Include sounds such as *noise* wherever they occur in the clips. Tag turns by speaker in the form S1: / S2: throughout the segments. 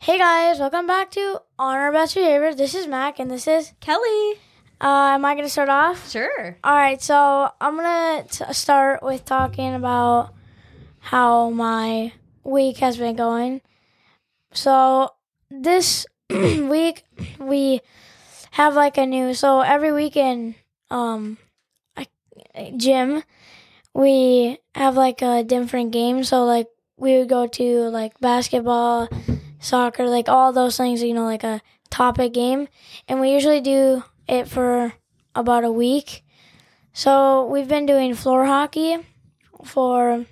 S1: Hey guys, welcome back to Honor Best Behavior. This is Mac and this is.
S2: Kelly.
S1: Uh, am I going to start off?
S2: Sure.
S1: All right, so I'm going to start with talking about how my week has been going. So this *clears throat* week we have like a new. So every weekend, um, I- gym, we have like a different game. So like we would go to like basketball, soccer, like all those things. You know, like a topic game, and we usually do it for about a week. So we've been doing floor hockey for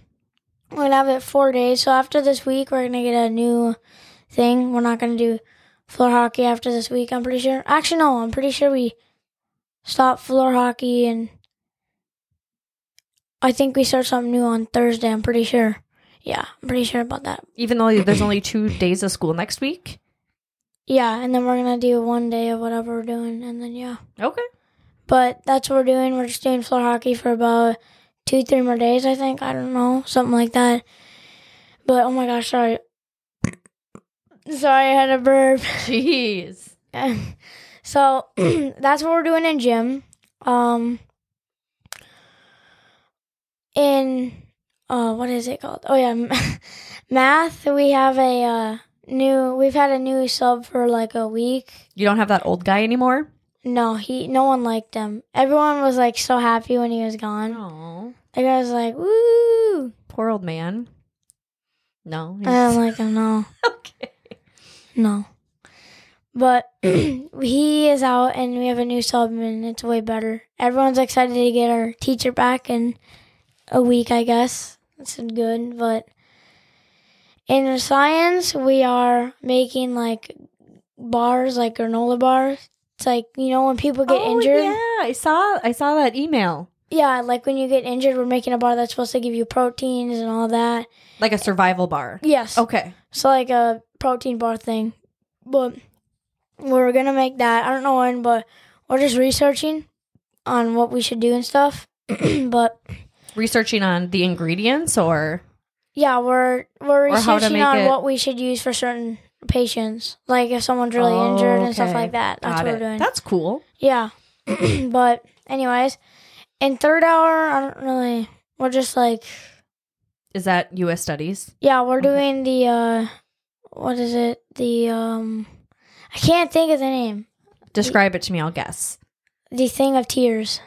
S1: we're gonna have it four days. So after this week, we're gonna get a new thing. We're not gonna do floor hockey after this week. I'm pretty sure. Actually, no, I'm pretty sure we stopped floor hockey and I think we start something new on Thursday. I'm pretty sure. Yeah, I'm pretty sure about that.
S2: Even though there's only two days of school next week.
S1: Yeah, and then we're gonna do one day of whatever we're doing, and then yeah.
S2: Okay.
S1: But that's what we're doing. We're just doing floor hockey for about two, three more days, I think. I don't know. Something like that. But oh my gosh, sorry. *coughs* Sorry, I had a burp. *laughs*
S2: Jeez.
S1: so *coughs* that's what we're doing in gym. Um in uh what is it called? Oh yeah, m- *laughs* math. We have a uh new we've had a new sub for like a week.
S2: You don't have that old guy anymore?
S1: No, he no one liked him. Everyone was like so happy when he was gone.
S2: No.
S1: The guy was like, "Woo!"
S2: Poor old man. No.
S1: And I'm like, oh, "No,
S2: Um, *laughs* okay.
S1: no." But *clears throat* he is out, and we have a new sub, and it's way better. Everyone's excited to get our teacher back in a week, I guess. It's good, but in science, we are making like bars, like granola bars. It's like you know when people get
S2: Oh,
S1: injured.
S2: Yeah, I saw I saw that email.
S1: Yeah, like when you get injured, we're making a bar that's supposed to give you proteins and all that.
S2: Like a survival bar.
S1: Yes.
S2: Okay.
S1: So like a protein bar thing. But we're gonna make that. I don't know when, but we're just researching on what we should do and stuff. *clears throat* but
S2: Researching on the ingredients or
S1: yeah, we're we're
S2: Or how to
S1: researching
S2: make
S1: on
S2: it-
S1: what we should use for certain patients. Like if someone's really injured and stuff
S2: Oh, Okay.
S1: like that. That's
S2: Got
S1: what
S2: it.
S1: we're doing.
S2: That's cool.
S1: Yeah. *clears throat* but anyways, in third hour I don't really we're just like
S2: Is that US studies?
S1: Yeah, we're
S2: Okay.
S1: doing the uh what is it? The um I can't think of the name.
S2: Describe it to me, I'll guess.
S1: The thing of tears.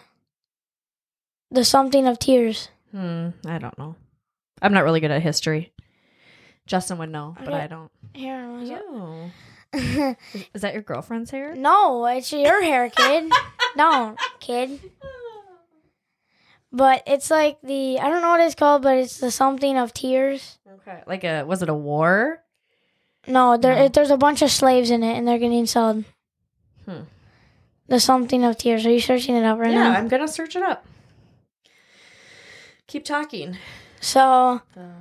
S1: The something of tears.
S2: Hmm, I don't know. I'm not really good at history. Justin would know, but
S1: Okay.
S2: I don't.
S1: Here, I'm gonna-
S2: Ew. Is, is that your girlfriend's
S1: *laughs*
S2: hair?
S1: no, it's your hair,
S2: *laughs*
S1: kid. Don't, kid. But it's like the I don't know what it's called, but it's the something of tears.
S2: Okay. Like a was it a war?
S1: No, there
S2: No.
S1: It, there's a bunch of slaves in it, and they're getting sold.
S2: Hmm.
S1: The something of tears. Are you searching it up right
S2: yeah,
S1: now?
S2: I'm gonna search it up. Keep talking.
S1: So
S2: The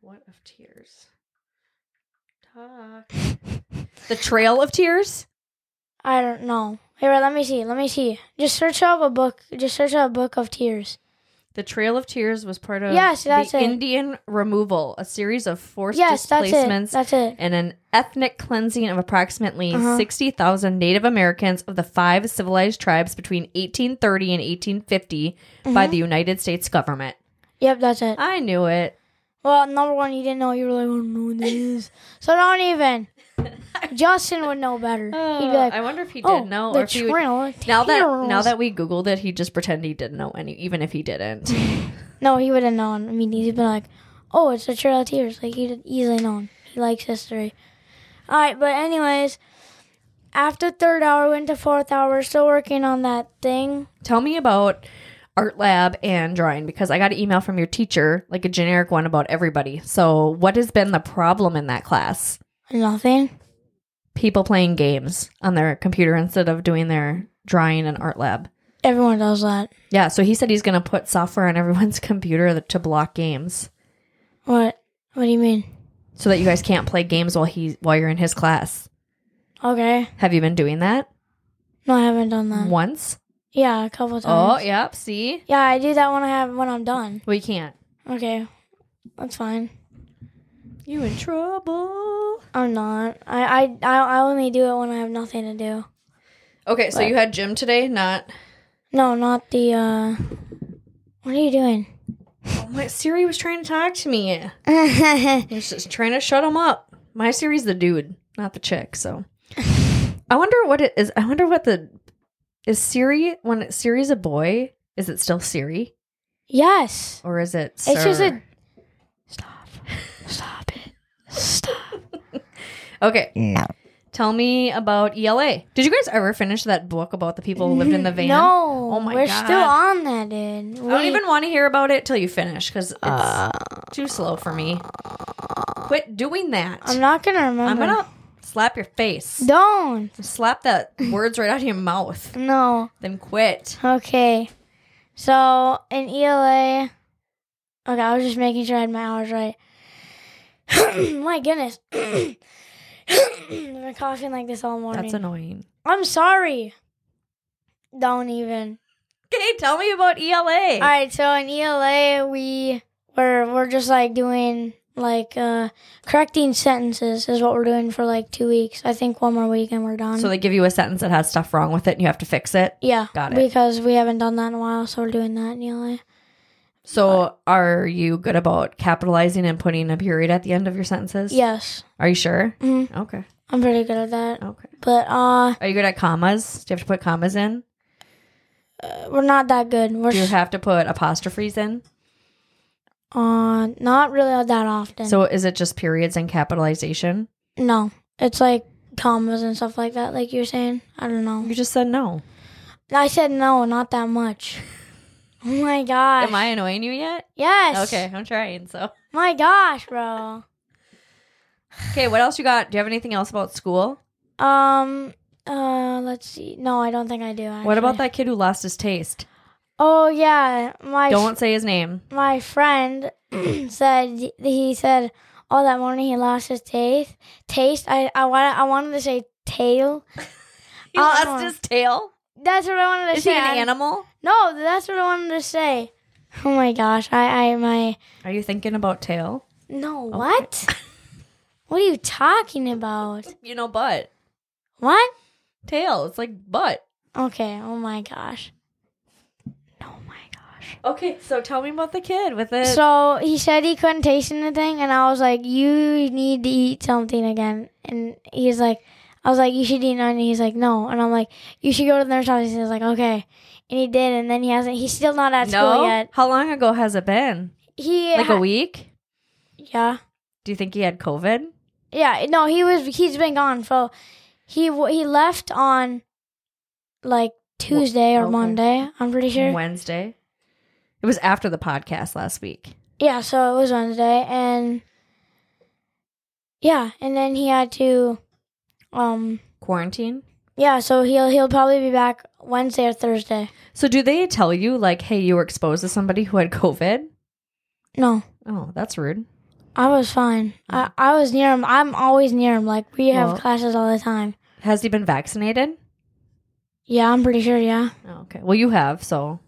S2: what of tears?
S1: *laughs*
S2: Talk. the Trail of Tears.
S1: I don't know. Here, let me see. Let me see. Just search up a book. Just search up a book of tears.
S2: The Trail of Tears was part of
S1: Yes, that's
S2: the
S1: it.
S2: Indian removal, a series of forced
S1: yes, that's it.
S2: displacements
S1: That's it.
S2: and an ethnic cleansing of approximately
S1: Uh-huh.
S2: 60,000 Native Americans of the five civilized tribes between 1830 and 1850 by
S1: Mhm.
S2: the United States government.
S1: Yep, that's it.
S2: I knew it. *laughs*
S1: Well, number one, you didn't know. You were like, I don't know what that is. So don't even. Justin would know better. He'd be like,
S2: I wonder if he did
S1: oh,
S2: know
S1: the
S2: or if he would-
S1: trail of
S2: now that
S1: tears."
S2: now that we googled it, he just pretended he didn't know any even if
S1: *laughs*
S2: he didn't.
S1: No, he would have known. I mean, he'd been like, oh, it's the trail of tears. Like, he'd have easily known. He likes history. All right, but anyways, after third hour, went to fourth hour. We're still working on that thing.
S2: Tell me about art lab and drawing because I got an email from your teacher, like a generic one about everybody. So, what has been the problem in that class?
S1: Nothing.
S2: people playing games on their computer instead of doing their drawing and art lab.
S1: Everyone does that.
S2: Yeah, so he said he's going to put software on everyone's *laughs* computer that- to block games
S1: What? What do you mean?
S2: so that you guys can't play games while he while you're in his class.
S1: Okay.
S2: Have you been doing that
S1: No, I haven't done
S2: Uh,
S1: that.
S2: once?
S1: Yeah, a couple
S2: Oh,
S1: times.
S2: yep, see?
S1: Yeah, I do that when I have when I'm done.
S2: We can't.
S1: Okay, that's fine.
S2: You in trouble.
S1: I'm not. I, I, I I only do it when I have nothing to do.
S2: Okay, so
S1: But-
S2: you had gym today, not
S1: No, not the. uh What are you
S2: *laughs*
S1: doing?
S2: Oh, my Siri was trying to talk to me. I was just trying to shut him up. My Siri's the dude, not the chick. So I wonder what it is. I wonder what the is Siri when it- Siri's a boy. Is it still Siri
S1: yes.
S2: or is it?
S1: It's just
S2: Sir?
S1: a. Stop. Stop it. Stop.
S2: okay. Tell me about ELA. Did you guys ever finish that book about the people who lived in the van?
S1: No.
S2: Oh my
S1: We're
S2: God.
S1: still on that, dude.
S2: I don't even want to hear about it till you finish because it's
S1: Uh.
S2: too slow for me. Quit doing that.
S1: I'm not gonna remember.
S2: I'm gonna slap your face.
S1: Don't.
S2: Slap that words right out of your mouth.
S1: No.
S2: Then quit.
S1: Okay. So in ELA. Okay, I was just making sure I had my hours right. *coughs* my goodness. *coughs* I've been coughing like this all morning.
S2: That's annoying.
S1: I'm sorry. Don't even.
S2: Okay, tell me about E ELA.
S1: All right, so in ELA we we're we're just like doing like uh correcting sentences is what we're doing for like 2 weeks. I think one more week and we're done.
S2: so they give you a sentence that has stuff wrong with it and you have to fix it.
S1: yeah.
S2: Got it.
S1: Because we haven't done that in a while, so we're doing that in E ELA.
S2: So are you good about capitalizing and putting a period at the end of your sentences?
S1: Yes.
S2: Are you sure?
S1: Mhm.
S2: Okay.
S1: I'm pretty good at that.
S2: Okay.
S1: But uh
S2: Are you good at commas? Do you have to put commas in?
S1: uh, we're not that good. We're
S2: Do you
S1: s
S2: have to put apostrophes in?
S1: uh not really that often.
S2: So is it just periods and capitalization?
S1: no. It's like commas and stuff like that like you're saying. I don't know.
S2: You just said no.
S1: I said no, not that much. *laughs* Oh my gosh.
S2: Am I annoying you yet?
S1: Yes.
S2: Okay, I'm trying. So
S1: My gosh, bro.
S2: Okay, what else you got? Do you have anything else about school?
S1: Um. Uh. Let's see. No, I don't think I do. Actually.
S2: What about that kid who lost his taste?
S1: Oh yeah, my
S2: Don't say his name.
S1: my friend *clears throat* said he said oh that morning he lost his taste. Taste. I I wanted I wanted to say tail.
S2: He
S1: Uh-uh.
S2: lost his tail.
S1: That's what I wanted to
S2: Is
S1: say.
S2: he an
S1: I-
S2: animal?
S1: No, that's what I wanted to say. Oh my gosh, I I my
S2: Are you thinking about tail?
S1: no
S2: Oh.
S1: what? what are you talking about?
S2: You know, butt.
S1: What?
S2: Tail. It's like butt.
S1: Okay. Oh my gosh. Oh my gosh.
S2: Okay, so tell me about the kid with it.
S1: So he said he couldn't taste anything, and I was like, "You need to eat something again." And he's like, "I was like, you should eat an onion." He's like, "No," and I'm like, "You should go to the nurse office." He's like, "Okay," and he did, and then he hasn't. He's still not at
S2: no.
S1: school yet.
S2: How long ago has it been?
S1: He
S2: Like a
S1: ha-
S2: week.
S1: Yeah,
S2: Do you think he had COVID?
S1: yeah. No, he was. He's been gone. So he w- he left on like Tuesday or
S2: okay.
S1: Monday. I'm pretty sure.
S2: Wednesday. It was after the podcast last week.
S1: Yeah, so it was Wednesday, and yeah, and then he had to, um,
S2: Quarantine.
S1: yeah, so he'll he'll probably be back Wednesday or Thursday.
S2: So do they tell you like, hey, you were exposed to somebody who had COVID?
S1: No,
S2: Oh, that's rude.
S1: I was fine. I I was near him. I'm always near him. Like we have
S2: Well-
S1: classes all the time.
S2: Has he been vaccinated?
S1: Yeah, I'm pretty sure. Yeah,
S2: Oh, okay. Well, you have, so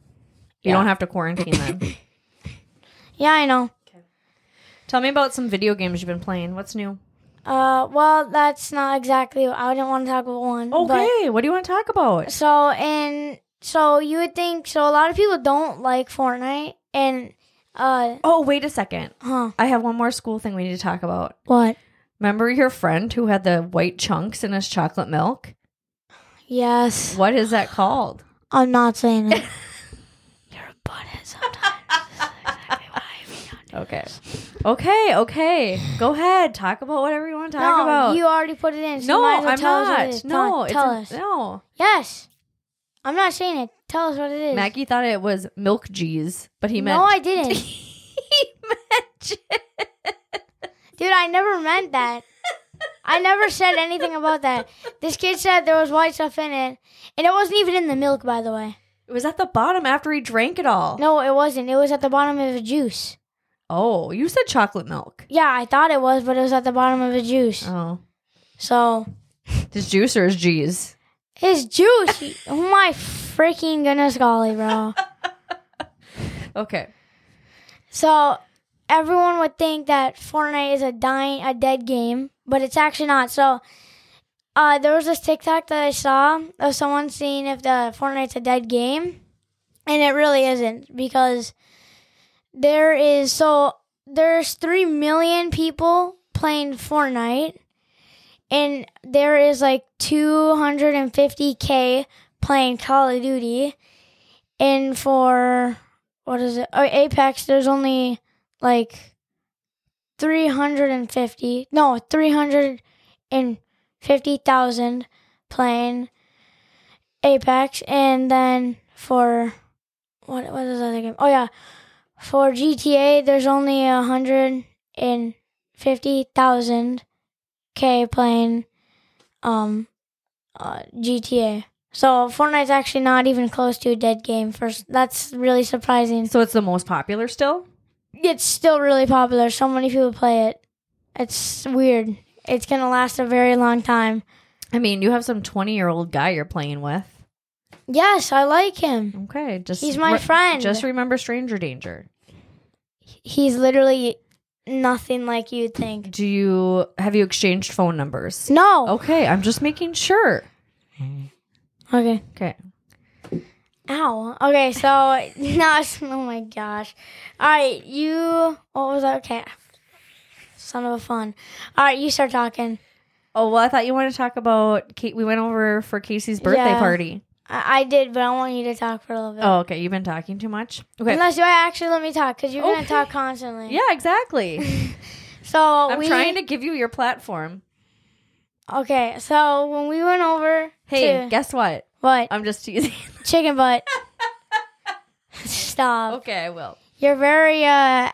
S2: you
S1: Yeah.
S2: don't have to quarantine *coughs* then.
S1: yeah, I know.
S2: Tell me about some video games you've been playing. What's new?
S1: Uh, well, that's not exactly. I didn't want to talk about one. but-
S2: what do you want to talk about?
S1: So and so you would think so. A lot of people don't like Fortnite, and uh,
S2: Oh, wait a second.
S1: huh?
S2: I have one more school thing we need to talk about.
S1: What?
S2: Remember your friend who had the white chunks in his chocolate milk?
S1: Yes.
S2: What is that called?
S1: I'm not saying *laughs* it. You're a butthead sometimes. *laughs*
S2: Okay. Okay, okay. Go ahead. Talk about whatever you want to talk
S1: no,
S2: about.
S1: you already put it in. So
S2: no,
S1: you might as well
S2: I'm
S1: tell Us what
S2: not.
S1: it is.
S2: no,
S1: tell, tell
S2: it's
S1: us.
S2: a- no.
S1: Yes, I'm not saying it. Tell us what it is.
S2: Mackie thought it was milk cheese, but he meant *laughs*
S1: no, I didn't, *laughs*
S2: he meant
S1: dude. I never meant that. I never said anything about that. This kid said there was white stuff in it, and it wasn't even in the milk, by the way.
S2: It was at the bottom after he drank it all.
S1: No, it wasn't. It was at the bottom of a juice.
S2: Oh, you said chocolate milk.
S1: Yeah, I thought it was, but it was at the bottom of a juice.
S2: Oh.
S1: So
S2: His juice or his G's?
S1: His juice. oh my freaking goodness, golly, bro.
S2: Okay.
S1: So, everyone would think that Fortnite is a dying, a dead game, but it's actually not. So, uh, there was this TikTok that I saw of someone seeing if the Fortnite's a dead game, and it really isn't because there is so there's three million people playing Fortnite, and there is like 250k playing Call of Duty, and for what is it? Oh, Apex. There's only like 350 no 350,000 playing Apex and then for what what is that other game? Oh yeah. For GTA there's only 150,000 K playing um uh, GTA. So Fortnite's actually not even close to a dead game. First, that's really surprising
S2: So it's the most popular still?
S1: it's still really popular. So many people play it. It's weird. It's gonna last a very long time.
S2: I mean, you have some 20 year old guy you're playing with.
S1: Yes, I like him.
S2: Okay. Just
S1: He's my friend.
S2: Just remember stranger danger.
S1: He's literally nothing like you'd think.
S2: Do you have you exchanged phone numbers?
S1: No.
S2: Okay, I'm just making sure. Oh.
S1: Okay.
S2: Okay.
S1: Ow. Okay. So *laughs* no. it's- Oh my gosh. All right. You. What was that? Okay. Son of a fun. All right. You start talking.
S2: Oh well, I thought you wanted to talk about Kate. We went over for Casey's birthday
S1: Yeah.
S2: party.
S1: I, I did, but I want you to talk for a little bit.
S2: Oh, okay. You've been talking too much. Okay.
S1: Unless you actually let me talk, because you're gonna
S2: Okay.
S1: talk constantly.
S2: *laughs* yeah, exactly.
S1: *laughs* So
S2: I'm
S1: we,
S2: trying to give you your platform.
S1: Okay, so when we went over
S2: Hey,
S1: to
S2: guess what?
S1: what
S2: I'm just
S1: *laughs*
S2: teasing.
S1: chicken butt.
S2: *laughs*
S1: Stop.
S2: okay, I will.
S1: You're very uh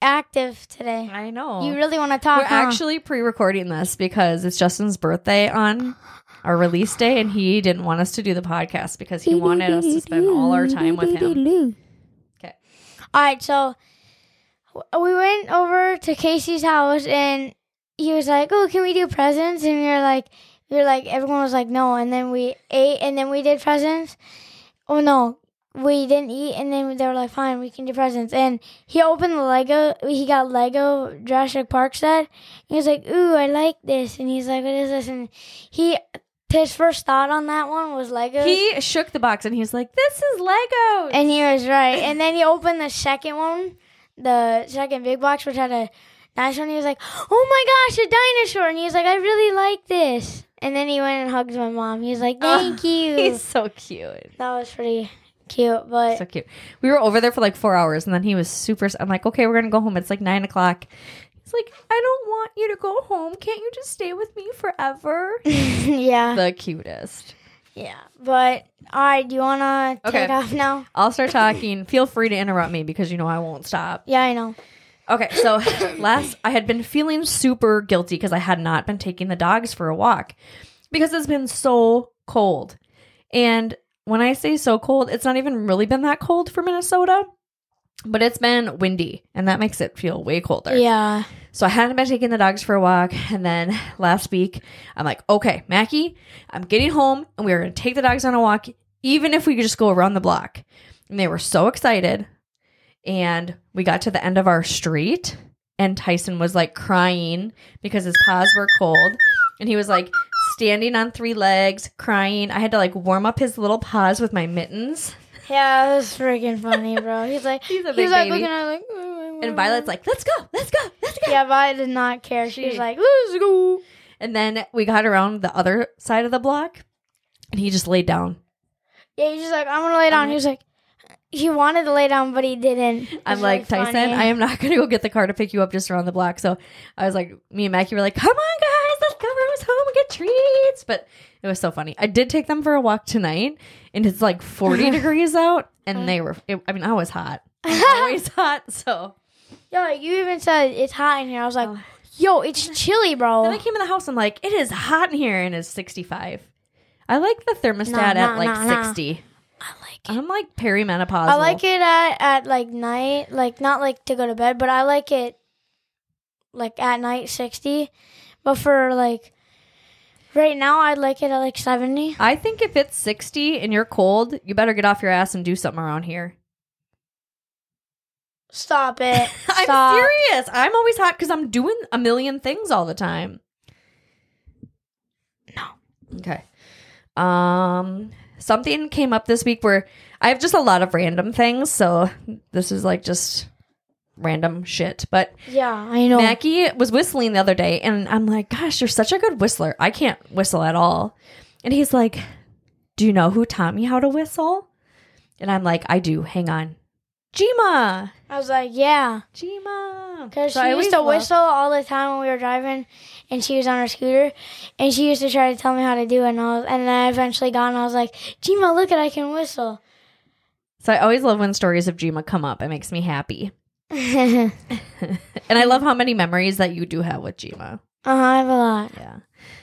S1: active today.
S2: I know.
S1: You really want to talk?
S2: We're
S1: huh?
S2: actually pre-recording this because it's Justin's birthday on our release day, and he didn't want us to do the podcast because he wanted us to spend all our time with him. Okay.
S1: All right, so w- we went over to Casey's house, and he was like, "Oh, can we do presents?" And we were like, "We were like, everyone was like, no." And then we ate, and then we did presents. Oh no, we didn't eat, and then they were like, "Fine, we can do presents." And he opened the Lego. He got Lego Jurassic Park set. He was like, "Ooh, I like this," and he's like, "What is this?" And he. His first thought on that one was Legos.
S2: He shook the box and he's like, "This is Legos."
S1: And he was right. And then he opened the second one, the second big box, which had a nice one. He was like, "Oh my gosh, a dinosaur!" And he was like, "I really like this." And then he went and hugged my mom. He was like,
S2: *laughs*
S1: "Thank you."
S2: *laughs* Oh, He's so cute.
S1: that was pretty cute, but
S2: So cute. We were over there for like four hours, and then he was super. s- I'm like, "Okay, we're gonna go home." It's like nine o'clock. He's like, "I don't want you to go home. Can't you just stay with me forever?"
S1: *laughs* yeah,
S2: the cutest.
S1: yeah. But all right, do you wanna
S2: Okay.
S1: take off now?
S2: I'll start talking. Feel free to interrupt me because you know I won't stop.
S1: Yeah, I know.
S2: Okay, so last I had been feeling super guilty because I had not been taking the dogs for a walk because it's been so cold. And when I say so cold, it's not even really been that cold for Minnesota, but it's been windy and that makes it feel way colder.
S1: Yeah,
S2: So I hadn't been taking the dogs for a walk. And then last week, I'm like, okay, Mackie, I'm getting home and we're going to take the dogs on a walk, even if we could just go around the block. And they were so excited. And we got to the end of our street, and Tyson was like crying because his paws were cold. And he was like standing on three legs, crying. I had to like warm up his little paws with my mittens.
S1: yeah. It was freaking funny, bro. He's like,
S2: *laughs* He's a
S1: he
S2: big
S1: was like
S2: baby.
S1: looking at us like. "Oh, I
S2: and
S1: wanna-"
S2: Violet's like, let's go, let's go, let's go.
S1: *laughs* Yeah, Violet did not care. She,
S2: She-
S1: was like, "Let's go."
S2: And then we got around the other side of the block, and he just laid down.
S1: Yeah, he's just like, I'm gonna lay down. He was like, he wanted to lay down, but he didn't.
S2: I'm like, Tyson, I am not going to go get the car to pick you up just around the block. So I was like, me and Mackie were like, come on, guys, let's go Rose home and get treats. But it was so funny. I did take them for a walk tonight, and it's like
S1: *laughs*
S2: 40 degrees out, and
S1: Oh.
S2: they were, it, I mean, I was hot. I'm always hot. So
S1: Yo, you even said it's hot in here. I was like, yo, it's chilly, bro.
S2: then I came in the house, I'm Oh. like, it is hot in here, and it's 65. I like the thermostat
S1: Nah,
S2: at
S1: nah,
S2: like
S1: nah, nah.
S2: 60.
S1: I like
S2: I'm like perimenopausal.
S1: I like it at at like night, like not like to go to bed, but I like it like at night sixty. But for like right now, I like it at like seventy.
S2: I think if it's 60 and you're cold, you better get off your ass and do something around here.
S1: Stop it.
S2: *laughs* I'm
S1: Stop.
S2: serious. I'm always hot because I'm doing a million things all the time. No. Okay. Um, something came up this week where I have just a lot of random things, so this is like just random shit. But
S1: Yeah, I know.
S2: Mackie was whistling the other day, and I'm like, "Gosh, you're such a good whistler. I can't whistle at all." And he's like, "Do you know who taught me how to whistle?" And I'm like, "I do. Hang on, Jima."
S1: I was like, yeah.
S2: Jima.
S1: Because
S2: So I
S1: she
S2: always
S1: used to
S2: love-
S1: whistle all the time when we were driving, and she was on her scooter, and she used to try to tell me how to do it, and, I was, and then I eventually got, and I was like, Gima, look at I can whistle. *laughs*
S2: So I always love when stories of Jima come up. It makes me happy. *laughs*
S1: Uh-huh,
S2: And I love how many memories that you do have with Jima.
S1: Uh, I have a lot.
S2: Yeah.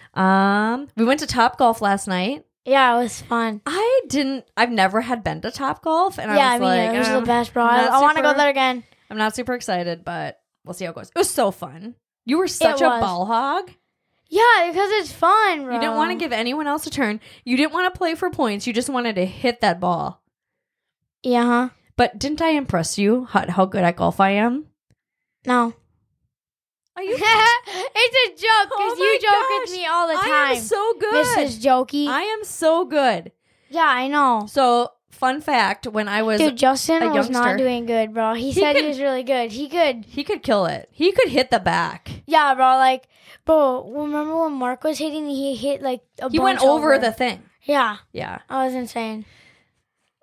S2: Um, we went to Top Golf last night.
S1: Yeah, it was fun.
S2: I didn't I've never had been to Top Golf and
S1: yeah,
S2: I
S1: I
S2: was
S1: mean,
S2: like,
S1: it was
S2: "Um,
S1: the best, bro. I,
S2: not
S1: want to go
S2: super-
S1: there again.
S2: I'm not super excited, but we'll see how it goes. It was so fun. You were such a
S1: was.
S2: ball hog.
S1: Yeah, because it's fun, bro.
S2: You didn't want to give anyone else a turn. You didn't want to play for points. You just wanted to hit that ball.
S1: Yeah, huh?
S2: But didn't I impress you how, how good at golf I am?
S1: No.
S2: Are you
S1: *laughs*
S2: *laughs*
S1: it's a joke because
S2: Oh my
S1: you joke
S2: gosh.
S1: with me all the
S2: I
S1: time.
S2: am so good.
S1: Mrs. Jokey.
S2: I am so good.
S1: yeah, I know.
S2: So, fun fact: when I was,
S1: Dude, Justin
S2: a
S1: was
S2: youngster.
S1: not doing good, bro.
S2: *laughs*
S1: He,
S2: He
S1: said
S2: could-
S1: he was really good. He could.
S2: he could kill it. He could hit the back.
S1: Yeah, bro. Like, bro, remember when Mark was hitting? He hit like a
S2: He went
S1: bunch
S2: over, the thing.
S1: Yeah,
S2: Yeah.
S1: I was insane.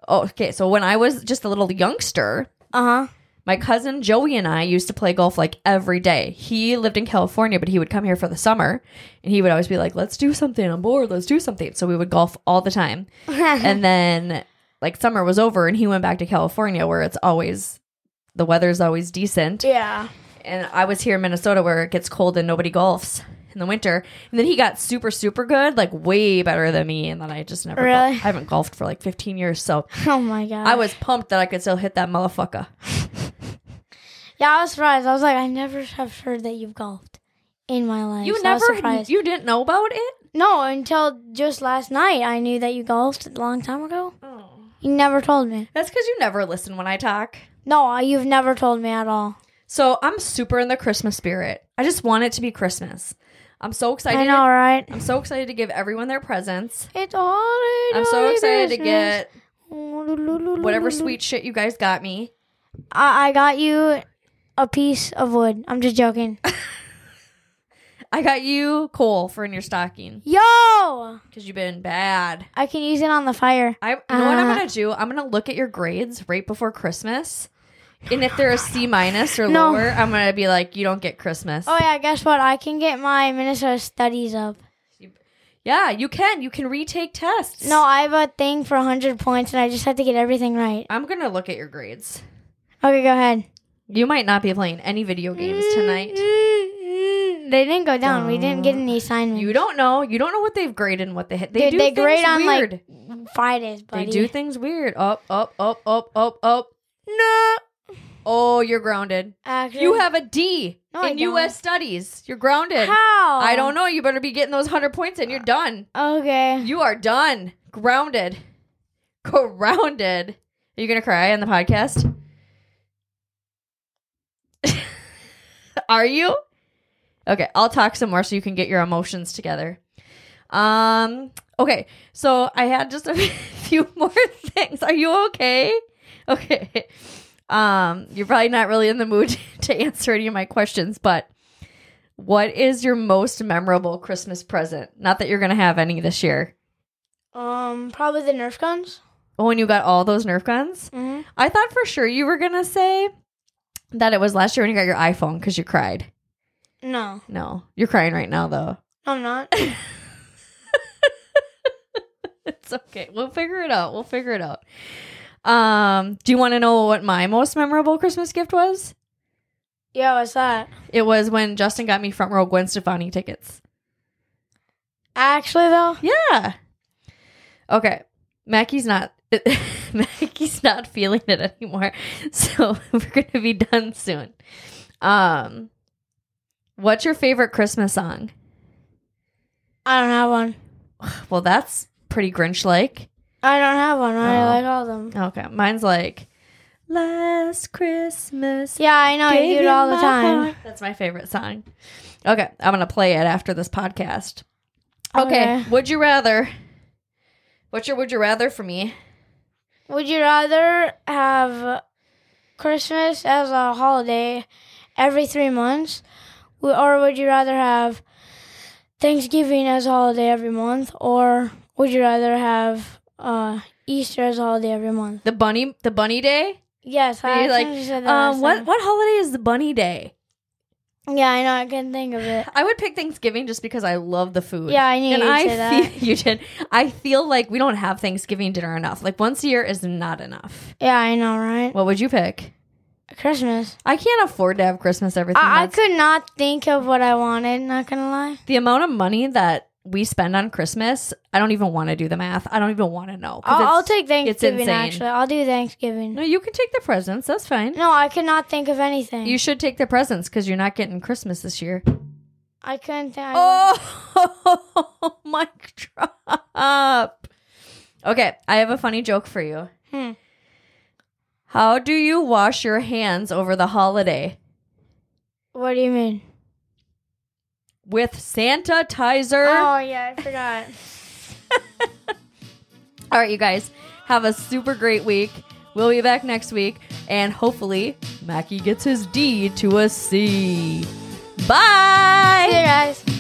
S2: Oh, okay. So when I was just a little youngster, Uh-huh.
S1: Uh huh.
S2: my cousin Joey and I used to play golf like every day. He lived in California, but he would come here for the summer, and he would always be like, "Let's do something. I'm bored. Let's do something." So we would golf all the time. and then like summer was over, and he went back to California, where it's always the weather's always decent. *laughs*
S1: Yeah.
S2: and I was here in Minnesota where it gets cold and nobody golfs in the winter. And then he got super, super good, like way better than me. And then I just never,
S1: Really?
S2: golfed. I haven't golfed for like 15 years. So
S1: Oh my god.
S2: I was pumped that I could still hit that motherfucker.
S1: yeah, I was surprised. I was like, I never have heard that you've golfed in my life.
S2: You
S1: So I was
S2: never,
S1: surprised.
S2: you didn't know about it?
S1: no, until just last night, I knew that you golfed a long time ago. You never told me.
S2: That's because you never listen when I talk.
S1: No, you've never told me at all.
S2: So I'm super in the Christmas spirit. I just want it to be Christmas. I'm so excited.
S1: I know, right?
S2: I'm so excited to give everyone their presents.
S1: It's holiday.
S2: I'm so excited to get
S1: whatever
S2: whatever sweet shit you guys got me.
S1: I, I got you a piece of wood. I'm just joking.
S2: I got you coal for in your stocking
S1: Yo, I
S2: because you've been bad.
S1: can use it on the fire.
S2: I you know what I'm
S1: Uh.
S2: gonna do. I'm gonna look at your grades right before Christmas, and if they're a C minus
S1: *laughs*
S2: or
S1: No.
S2: lower, I'm gonna be like, you don't get Christmas.
S1: Oh yeah, guess what? I can get my Minnesota studies up.
S2: yeah, you can. You can retake tests.
S1: No, I have a thing for 100 points, and I just have to get everything right.
S2: I'm gonna look at your grades.
S1: Okay, go ahead.
S2: You might not be playing any video games tonight.
S1: Mm-hmm. They didn't go down. We didn't get any assignments.
S2: You don't know. You don't know what they've graded and what they hit. They
S1: Dude,
S2: do
S1: they
S2: things
S1: grade on, like,
S2: weird.
S1: Fridays,
S2: they
S1: buddy.
S2: do things weird. Up, up, up, up, up, up. No. Oh, you're grounded.
S1: Actually,
S2: You have a D
S1: No, I
S2: in U.S. Studies. You're grounded.
S1: how?
S2: I don't know. You better be getting those 100 points and you're done.
S1: Okay.
S2: You are done. Grounded. Grounded. Are you going to cry on the podcast? *laughs* are you? Okay, I'll talk some more so you can get your emotions together. Um, okay. So I had just a *laughs* few more things. Are you okay? Okay. Um, you're probably not really in the mood *laughs* to answer any of my questions, but what is your most memorable Christmas present? Not that you're going to have any this year.
S1: Um, probably the Nerf guns.
S2: Oh, and you got all those Nerf guns?
S1: Mm-hmm.
S2: I thought for sure you were going to say that it was last year when you got your iPhone because you cried.
S1: No,
S2: No, you're crying right now, though. *laughs*
S1: I'm not. *laughs*
S2: It's okay. We'll figure it out. We'll figure it out. Um, do you want to know what my most memorable Christmas gift was?
S1: yeah, what's that?
S2: It was when Justin got me front row Gwen Stefani tickets.
S1: Actually, though,
S2: Yeah. Okay. Mackie's not *laughs* Mackie's not feeling it anymore. *laughs* So we're gonna be done soon. Um What's your favorite Christmas song?
S1: I don't have one.
S2: Well, that's pretty Grinch like.
S1: I don't have one. I
S2: Oh.
S1: like all of them.
S2: Okay. Mine's like Last Christmas.
S1: Yeah, I know
S2: gave
S1: you do it
S2: you
S1: all the
S2: my
S1: time.
S2: heart. That's my favorite song. Okay, I'm gonna play it after this podcast. Okay.
S1: Okay.
S2: Would you rather? What's your would you rather for me?
S1: Would you rather have Christmas as a holiday every three months, W- or would you rather have Thanksgiving as a holiday every month, or would you rather have uh, Easter as a holiday every month?
S2: The bunny, the bunny day.
S1: Yes, I
S2: You're
S1: think
S2: like,
S1: you said that. last
S2: Um, what what holiday is the bunny day?
S1: time. Yeah, I know. I couldn't think of
S2: *laughs*
S1: it.
S2: I would pick Thanksgiving just because I love the food.
S1: Yeah, I knew
S2: and
S1: you'd
S2: I
S1: say that.
S2: feel *laughs* you did. I feel like we don't have Thanksgiving dinner enough. Like once a year is not enough.
S1: Yeah, I know, right?
S2: What would you pick?
S1: Christmas.
S2: I can't afford to have Christmas every three
S1: I, I
S2: months.
S1: could not think of what I wanted. Not gonna lie.
S2: the amount of money that we spend on Christmas, I don't even want to do the math. I don't even want to know. 'cause
S1: I'll, I'll
S2: it's-
S1: take Thanksgiving.
S2: insane.
S1: Actually, I'll do Thanksgiving.
S2: No, you can take the presents. That's fine.
S1: No, I could not think of anything.
S2: You should take the presents because you're not getting Christmas this year.
S1: I couldn't think.
S2: Oh, *laughs* mic drop. Okay, I have a funny joke for you.
S1: Hmm.
S2: How do you wash your hands over the holiday?
S1: What do you mean?
S2: With sanitizer.
S1: Oh, yeah, I forgot.
S2: All right, you guys, have a super great week. We'll be back next week, and hopefully, Mackie gets his D to a C. Bye.
S1: hey guys.